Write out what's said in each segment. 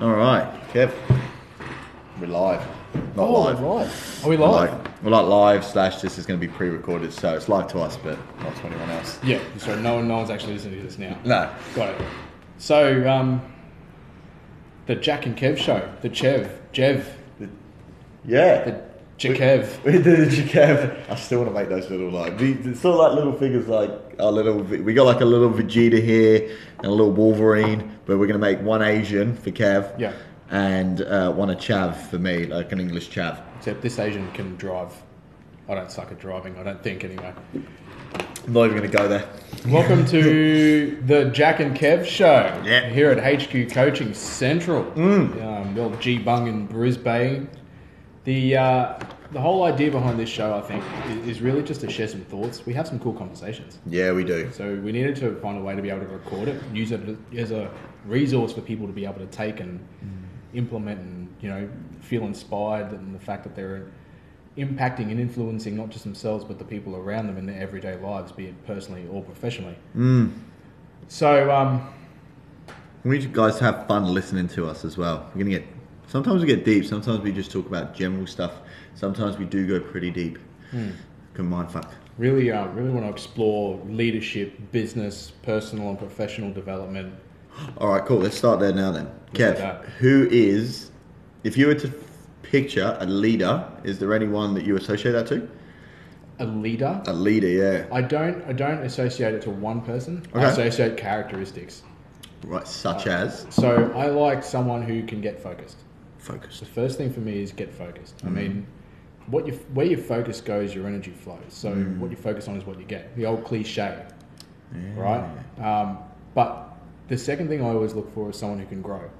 All right, Kev. We're live. Not Oh, live. right. Are we We're live? like, we're like live slash this is going to be pre-recorded, so it's live to us, but not to anyone else. Yeah. So no one, no one's actually listening to this now. No. Got it. So, um, the Jack and Kev show, the Chev, Jev, Yeah. the Jakev. We did it, you Kev. I still want to make those little like we- it's sort of like little figures, like our little. We got like a little Vegeta here and a little Wolverine, but we're going to make one Asian for Kev. Yeah. And uh, one a chav for me, like an English chav. Except this Asian can drive. I don't suck at driving. I don't think anyway. I'm not even going to go there. Welcome to the Jack and Kev show. Yeah. Mm. Here at HQ Coaching Central, um, little G Bung in Brisbane. The uh, the whole idea behind this show, I think, i- is really just to share some thoughts. We have some cool conversations. Yeah, we do. So we needed to find a way to be able to record it, use it as a resource for people to be able to take and implement, and you know, feel inspired, and the fact that they're impacting and influencing not just themselves but the people around them in their everyday lives, be it personally or professionally. So um, We need you guys to have fun listening to us as well. We're gonna get sometimes we get deep, sometimes we just talk about general stuff. Sometimes we do go pretty deep. Can mind fuck. really, uh, really want to explore leadership, business, personal, and professional development. All right, cool. Let's start there now then. do Kev, that. who is if you were to picture a leader, is there anyone that you associate that to? A leader. A leader, yeah. I don't. I don't associate it to one person. Okay. I associate characteristics. Right, such as So I like someone who can get focused. focused. The first thing for me is get focused. I mean, what you where your focus goes, your energy flows. So what you focus on is what you get. The old cliche, right? Um, but the second thing I always look for is someone who can grow.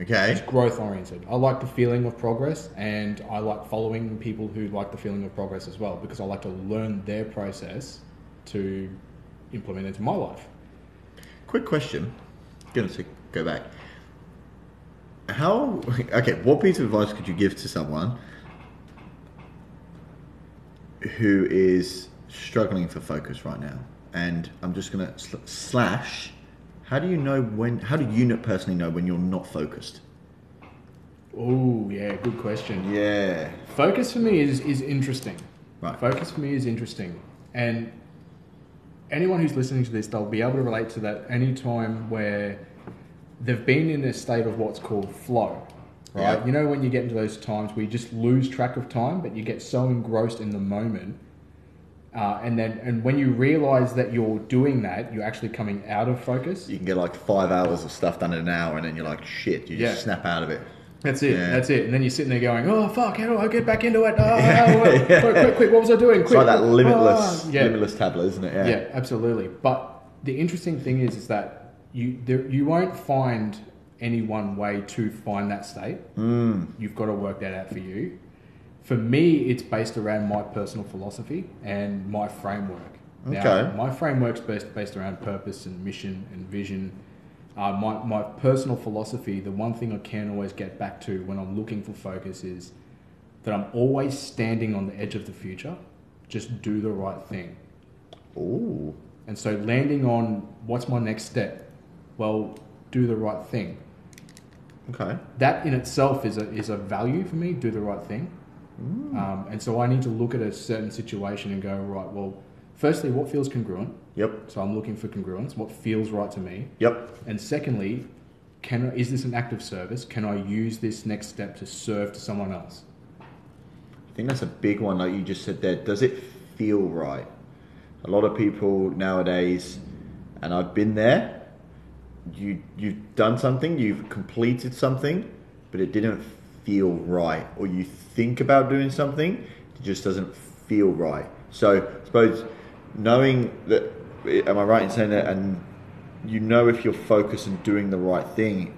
Okay. It's growth oriented. I like the feeling of progress, and I like following people who like the feeling of progress as well because I like to learn their process to implement into my life. Quick question. Gonna s- go back. How okay? What piece of advice could you give to someone who is struggling for focus right now? And I'm just gonna sl- slash. How do you know when? How do you know- personally know when you're not focused? Oh yeah, good question. Yeah. Focus for me is is interesting. Right. Focus for me is interesting, and anyone who's listening to this, they'll be able to relate to that any time where they've been in a state of what's called flow. Right. Yeah. You know when you get into those times where you just lose track of time, but you get so engrossed in the moment. Uh, and then, and when you realize that you're doing that, you're actually coming out of focus. You can get like five hours of stuff done in an hour, and then you're like, shit. You just Yeah. snap out of it. That's it. Yeah. That's it. And then you're sitting there going, "Oh fuck! How do I get back into it? Oh, oh, oh, quick, quick, quick! What was I doing? Quick!" It's like that quick. limitless, Ah, yeah, limitless tablet, isn't it? yeah, absolutely. But the interesting thing is, is that you there, you won't find any one way to find that state. You've got to work that out for you. For me, it's based around my personal philosophy and my framework. Okay. Now, my framework's based based around purpose and mission and vision. Uh, my, my personal philosophy, the one thing I can always get back to when I'm looking for focus is that I'm always standing on the edge of the future. Just do the right thing. Ooh. And so landing on what's my next step? Well, do the right thing. Okay. That in itself is a, is a value for me, do the right thing. Um, and so I need to look at a certain situation and go, right, well, firstly, what feels congruent? Yep. So I'm looking for congruence, what feels right to me. Yep. And secondly, can, is this an act of service? Can I use this next step to serve to someone else? I think that's a big one, like you just said there. Does it feel right? A lot of people nowadays, and I've been there. You you've done something, you've completed something, but it didn't feel right. Or you think about doing something, it just doesn't feel right. So I suppose knowing that, am I right in saying that? And you know if you're focused and doing the right thing,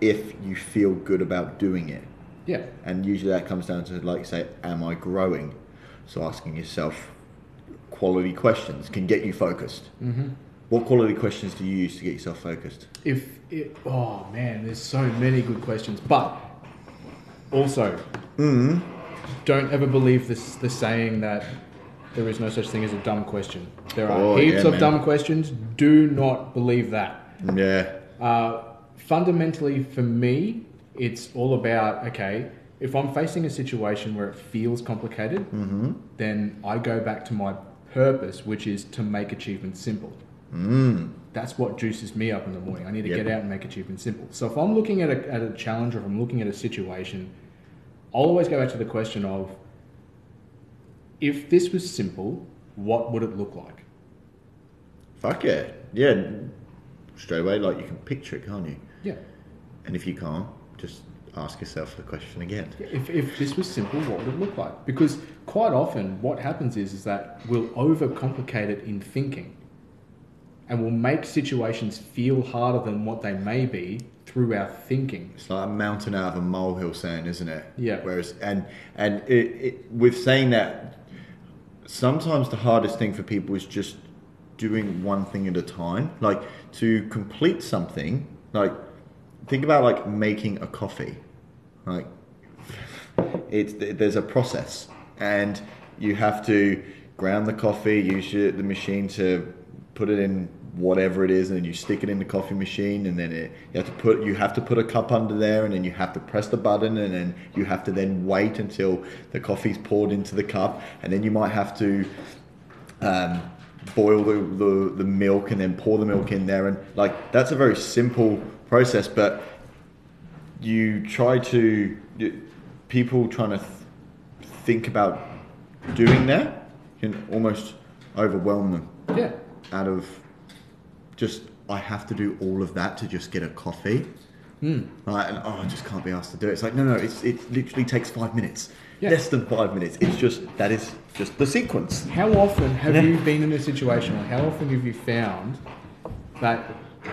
if you feel good about doing it. Yeah. And usually that comes down to, like, say, am I growing? So asking yourself quality questions can get you focused. Mm-hmm. What quality questions do you use to get yourself focused? if it, oh man, there's so many good questions, but also Mm. don't ever believe this the saying that there is no such thing as a dumb question. There are Oh, heaps yeah, of man. dumb questions. Do not believe that. Yeah. Uh, fundamentally for me, it's all about okay. If I'm facing a situation where it feels complicated, Mm-hmm. then I go back to my purpose, which is to make achievement simple. Mm. That's what juices me up in the morning. I need to Yep. get out and make achievement simple. So if I'm looking at a, at a challenge or if I'm looking at a situation, I'll always go back to the question of if this was simple, what would it look like? Fuck yeah. Yeah. Straight away, like you can picture it, can't you? Yeah. And if you can't, just ask yourself the question again. If, if this was simple, what would it look like? Because quite often, what happens is is that we'll overcomplicate it in thinking, and we'll make situations feel harder than what they may be through our thinking. It's like a mountain out of a molehill saying, isn't it? Yeah. Whereas and and it, it with saying that sometimes the hardest thing for people is just doing one thing at a time. Like to complete something, like think about like making a coffee. Like it's there's a process and you have to ground the coffee use your, the machine to put it in whatever it is and then you stick it in the coffee machine and then it, you have to put you have to put a cup under there and then you have to press the button and then you have to then wait until the coffee's poured into the cup and then you might have to um, boil the, the, the milk and then pour the milk in there and like that's a very simple process but you try to you- people trying to th- think about doing that can almost overwhelm them Yeah, out of just I have to do all of that to just get a coffee. Right, and oh, I just can't be asked to do it. It's like no, no, it's it literally takes five minutes, Yeah. less than five minutes. It's just that is just the sequence. How often have you been in a situation, or how often have you found that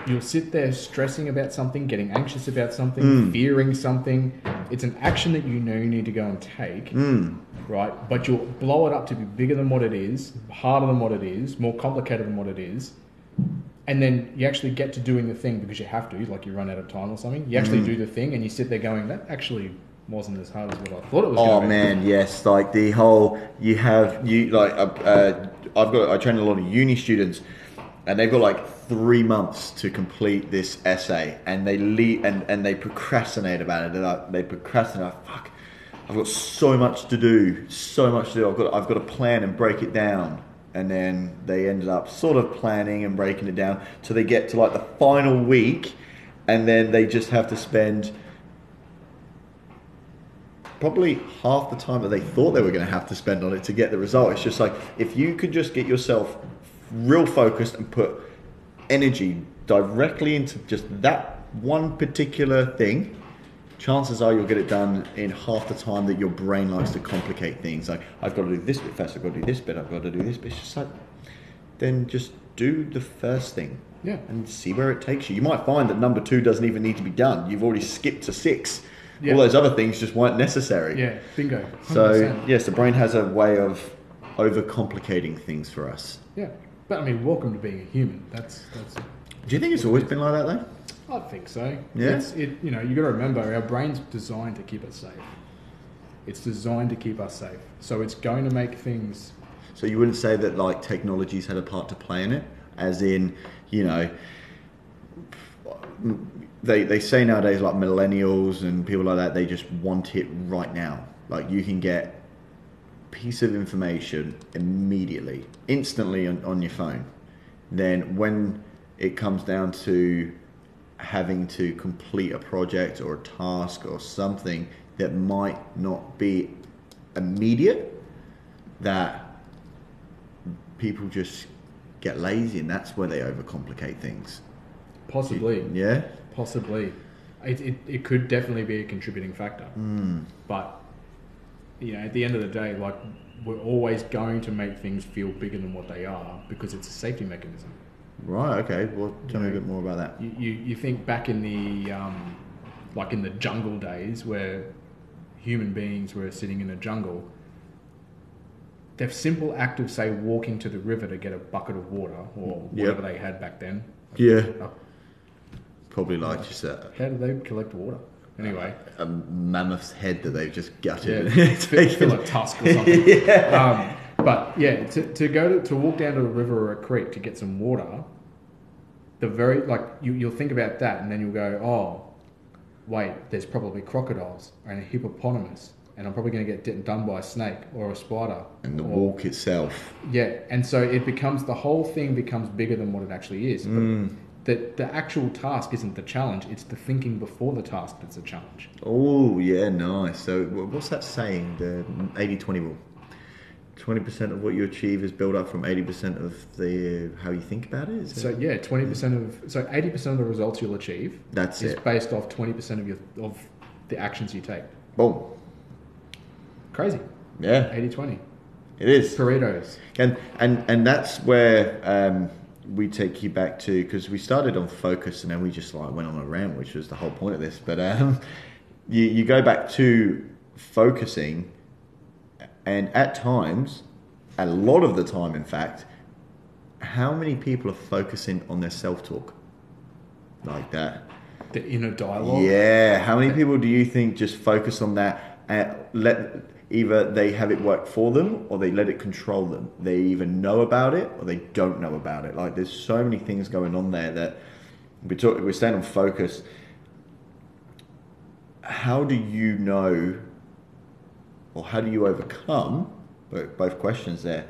you'll sit there stressing about something, getting anxious about something, Hmm. fearing something? It's an action that you know you need to go and take, Hmm. right? But you'll blow it up to be bigger than what it is, harder than what it is, more complicated than what it is. And then you actually get to doing the thing because you have to, like you run out of time or something. You Hmm. actually do the thing and you sit there going, that actually wasn't as hard as what I thought it was Oh going to be. man, yes, like the whole you have you like uh, uh, I've got I train a lot of uni students, and they've got like three months to complete this essay, and they le- and and they procrastinate about it. They're like, they procrastinate. Like, Fuck, I've got so much to do, so much to do. I've got I've got to plan and break it down, and then they ended up sort of planning and breaking it down till they get to like the final week, and then they just have to spend probably half the time that they thought they were going to have to spend on it to get the result. It's just like if you could just get yourself real focused and put energy directly into just that one particular thing, chances are you'll get it done in half the time that your brain likes to complicate things. Like I've got to do this bit first, I've got to do this bit, I've got to do this bit. It's just like then just do the first thing. Yeah. And see where it takes you. You might find that number two doesn't even need to be done. You've already skipped to six. Yeah. All those other things just weren't necessary. Yeah, bingo. So 100%. yes, the brain has a way of overcomplicating things for us. Yeah, but I mean, welcome to being a human. That's that's. Do you think it's always been like that though? I think so. Yeah? It's, it you know you got to remember our brain's designed to keep us safe. It's designed to keep us safe, so it's going to make things. So you wouldn't say that like technologies had a part to play in it, as in, you know, they they say nowadays like millennials and people like that they just want it right now. Like you can get piece of information immediately, instantly on, on your phone. Then when it comes down to having to complete a project or a task or something that might not be immediate that people just get lazy and that's where they overcomplicate things. Possibly, Yeah? possibly, it, it, it could definitely be a contributing factor. Hmm. But you know, at the end of the day, like we're always going to make things feel bigger than what they are because it's a safety mechanism. Right, okay. Well, tell me a bit more about that. You, you, you think back in the um, like in the jungle days where human beings were sitting in a jungle. The simple act of say walking to the river to get a bucket of water or Yep. whatever they had back then. Yeah. Oh. Probably like just a, How did they collect water? Anyway, a mammoth's head that they've just gutted. yeah, and fill, taken. fill a tusk or something. um, but yeah, to, to go to, to walk down to a river or a creek to get some water the very like you, you'll think about that and then you'll go oh wait there's probably crocodiles and a hippopotamus and i'm probably going to get d- done by a snake or a spider and the or- walk itself. yeah and so it becomes the whole thing becomes bigger than what it actually is Mm. that the actual task isn't the challenge it's the thinking before the task that's the challenge Oh, yeah, nice. So, wh- what's that saying? The 80 20 rule. 20% of what you achieve is built up from 80% of the how you think about it. Is so it? yeah 20% of so 80% of the results you'll achieve That's is it. based off 20% of your of the actions you take Boom. crazy Yeah, 80 20 it is. Paretos. And and and that's where um, we take you back to because we started on focus and then we just like went on a rant, which was the whole point of this. But um, you you go back to focusing, and at times, a lot of the time, in fact, how many people are focusing on their self talk like that? the inner dialogue Yeah. How many people do you think just focus on that and let either they have it work for them or they let it control them? They either know about it or they don't know about it. Like there's so many things going on there that we talk, we're staying on focus. How do you know or how do you overcome bo- both questions there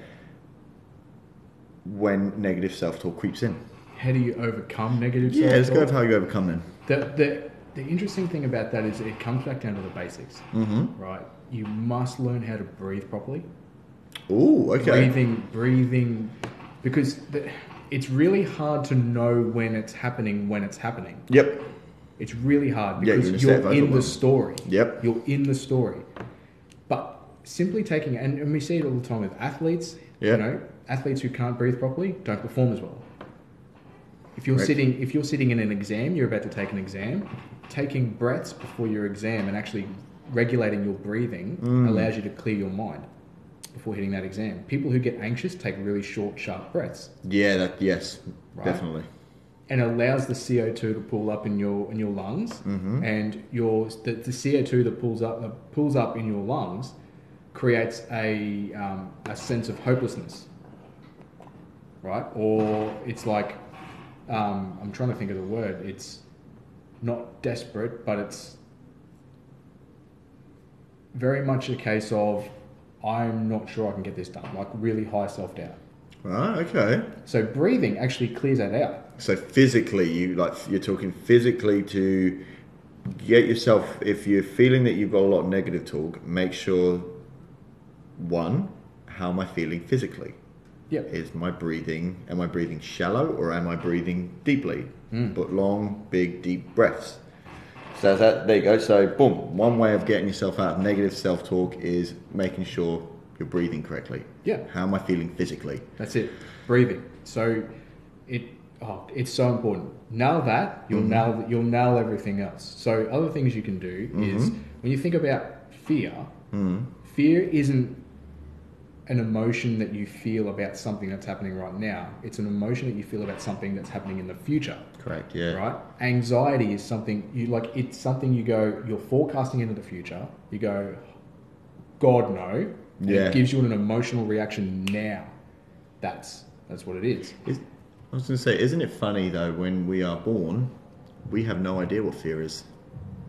when negative self-talk creeps in? how do you overcome negative Yeah, let's go self-talk? with how you overcome them. The, the, the interesting thing about that is it comes back down to the basics, Mm-hmm. right? You must learn how to breathe properly. Ooh, okay. Breathing, breathing, because the, it's really hard to know when it's happening when it's happening. Yep. It's really hard Yeah, because you're in you're, a state of in the overwhelm. story. Yep. You're in the story. But simply taking and, and we see it all the time with athletes, Yeah. you know, athletes who can't breathe properly don't perform as well. If you're Correct. sitting if you're sitting in an exam, you're about to take an exam, taking breaths before your exam and actually regulating your breathing Mm. allows you to clear your mind before hitting that exam. People who get anxious take really short, sharp breaths. Yeah, that yes, Right? definitely. and allows the CO two to pool up in your in your lungs, and your the, the CO two that pulls up that pulls up in your lungs creates a um, a sense of hopelessness, right? Or it's like um, I'm trying to think of the word. It's not desperate, but it's very much a case of I'm not sure I can get this done, like really high self doubt. Right, okay. So breathing actually clears that out. So physically, you like you're talking physically to get yourself. If you're feeling that you've got a lot of negative talk, make sure one, how am I feeling physically? Yep. Is my breathing? Am I breathing shallow or am I breathing deeply? But long, big, deep breaths. So that there you go. So boom, one way of getting yourself out of negative self-talk is making sure you're breathing correctly. Yeah. How am I feeling physically? That's it. Breathing. So it oh, it's so important. Nail that, you'll nail you'll nail everything else. So other things you can do is when you think about fear, fear isn't an emotion that you feel about something that's happening right now. It's an emotion that you feel about something that's happening in the future. Correct. Yeah. Right? Anxiety is something you like it's something you go you're forecasting into the future. You go God no. and Yeah. It gives you an emotional reaction now. That's that's what it is. Is, I was going to say, isn't it funny though? When we are born, we have no idea what fear is.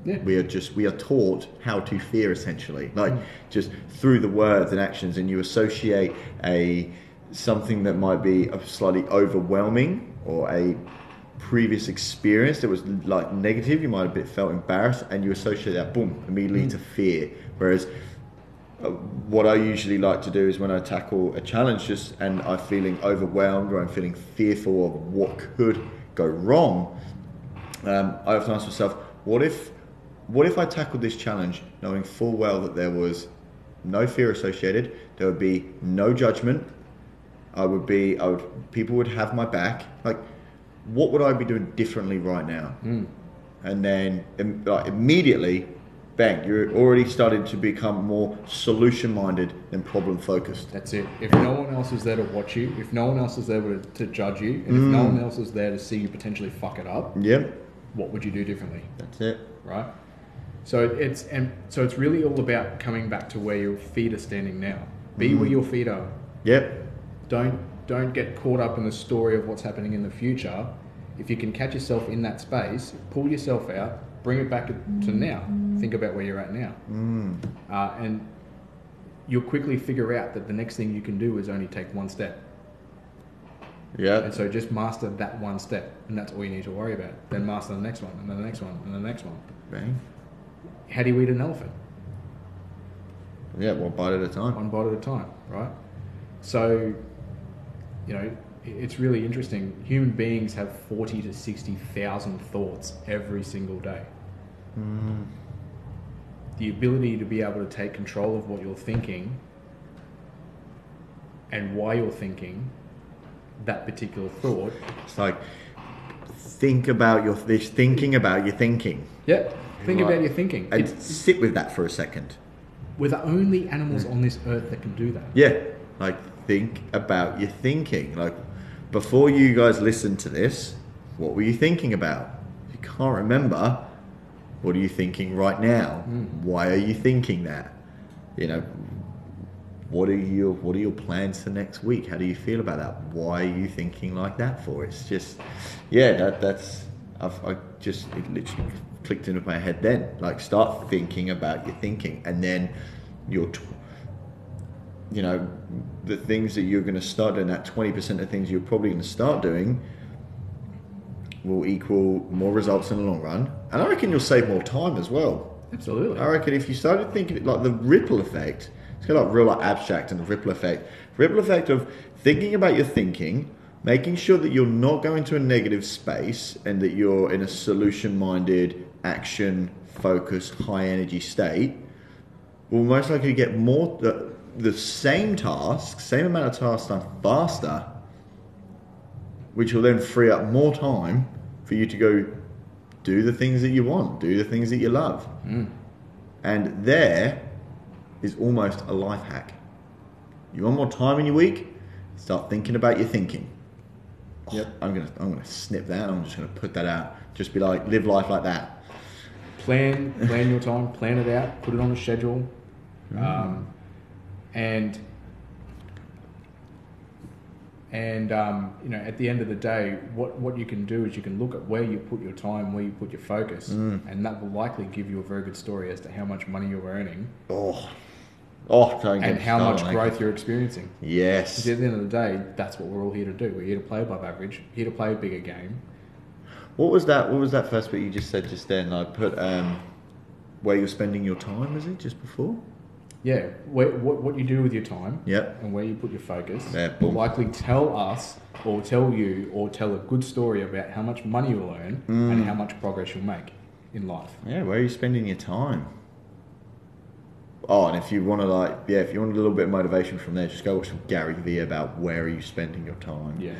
Yeah. We are just we are taught how to fear essentially, like just through the words and actions, and you associate a something that might be a slightly overwhelming or a previous experience that was like negative. You might have been, felt embarrassed, and you associate that boom immediately to fear. Whereas uh, what I usually like to do is when I tackle a challenge just and I'm feeling overwhelmed or I'm feeling fearful of what could go wrong, um, I often ask myself, what if, what if I tackled this challenge knowing full well that there was no fear associated, there would be no judgment, I would be, I would, people would have my back. Like, what would I be doing differently right now? and then im- like, immediately, bang, you're already starting to become more solution minded than problem focused. That's it. If no one else is there to watch you, if no one else is there to, to judge you, and if no Mm. one else is there to see you potentially fuck it up, Yep, what would you do differently? that's it. Right? So it's and so it's really all about coming back to where your feet are standing now. Be Mm. where your feet are. Yep, Don't don't get caught up in the story of what's happening in the future. if you can catch yourself in that space, pull yourself out, bring it back to now. Think about where you're at now, uh, and you'll quickly figure out that the next thing you can do is only take one step. Yeah. And so just master that one step, and that's all you need to worry about. Then master the next one, and then the next one, and the next one. Bang. How do you eat an elephant? Yeah, one bite at a time. one bite at a time, right? So, you know, i- it's really interesting. Human beings have forty to sixty thousand thoughts every single day. Mm. The ability to be able to take control of what you're thinking and why you're thinking that particular thought. It's like think about your this thinking about your thinking. Yeah, think Right. about your thinking. And It's, sit with that for a second. we're the only Mm. animals on this earth that can do that. Yeah. Like think about your thinking. Like before you guys listened to this, what were you thinking about? If you can't remember, what are you thinking right now? Why are you thinking that? You know, what are your what are your plans for next week? How do you feel about that? Why are you thinking like that for? It's just yeah, that that's I've, I just it literally clicked into my head then. Like start thinking about your thinking and then your tw- you know the things that you're going to start doing that 20% of things you're probably going to start doing will equal more results in the long run and i reckon you'll save more time as well Absolutely. i reckon if you started thinking like the ripple effect it's kind of like real like abstract and the ripple effect ripple effect of thinking about your thinking making sure that you're not going to a negative space and that you're in a solution minded action focused high energy state will most likely get more the, the same task, same amount of tasks done faster, which will then free up more time for you to go do the things that you want, do the things that you love. And there is almost a life hack. You want more time in your week? Start thinking about your thinking. Oh, Yep. I'm gonna I'm gonna snip that. I'm just gonna put that out. Just be like live life like that. plan plan your time, plan it out, put it on a schedule, Mm-hmm. um, and and um, you know at the end of the day, what what you can do is you can look at where you put your time, where you put your focus, Mm. and that will likely give you a very good story as to how much money you're earning Oh, oh, don't get and me how started much on that. growth you're experiencing. Yes. 'Cause at the end of the day, that's what we're all here to do. We're here to play above average, here to play a bigger game. What was that? What was that first bit you just said just then? I put um, where you're spending your time. Was it just before? Yeah, where, what what you do with your time. Yep. and where you put your focus Yeah, will boom. likely tell us or tell you or tell a good story about how much money you'll earn and Mm. how much progress you'll make in life. Yeah. Where are you spending your time? Oh, and if you want to like, yeah, if you want a little bit of motivation from there, just go watch some Gary Vee about where are you spending your time. Yeah.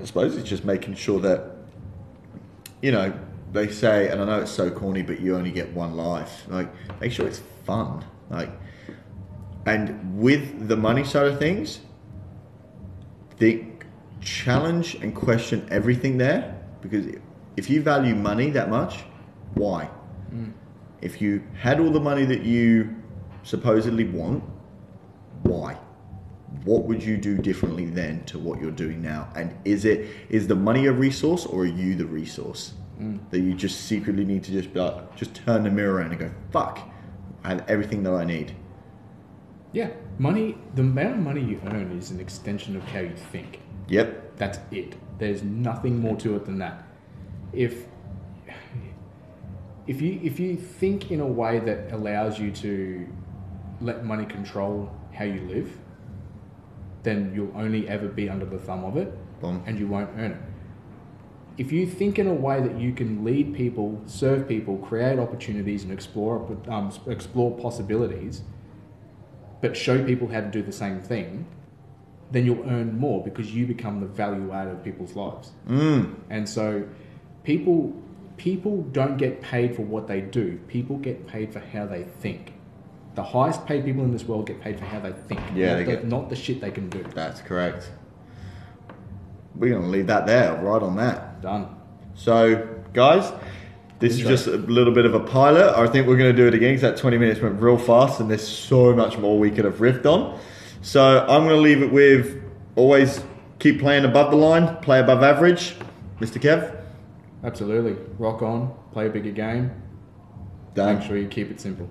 I suppose it's just making sure that, you know, they say, and I know it's so corny, but you only get one life. Like, make sure it's fun. Like, and with the money side of things, think, challenge, and question everything there because if you value money that much, why? If you had all the money that you supposedly want, why? What would you do differently then to what you're doing now? And is it is the money a resource or are you the resource that you just secretly need to just be like, just turn the mirror around and go fuck? I have everything that I need. Yeah. Money, the amount of money you earn is an extension of how you think. Yep. That's it. There's nothing more to it than that. If if you if you think in a way that allows you to let money control how you live, then you'll only ever be under the thumb of it. Boom. and you won't earn it. If you think in a way that you can lead people, serve people, create opportunities, and explore um, explore possibilities, but show people how to do the same thing, then you'll earn more because you become the value add of people's lives. Mm. And so, people people don't get paid for what they do. People get paid for how they think. The highest paid people in this world get paid for how they think. Yeah, not, they the, get- not the shit they can do. That's correct. We're gonna leave that there, right on that. Done. So, guys, this Intro. is just a little bit of a pilot. I think we're going to do it again because that 20 minutes went real fast and there's so much more we could have riffed on. So, I'm going to leave it with always keep playing above the line, play above average, Mr. Kev? Absolutely. Rock on. Play a bigger game. Done. Make sure you keep it simple.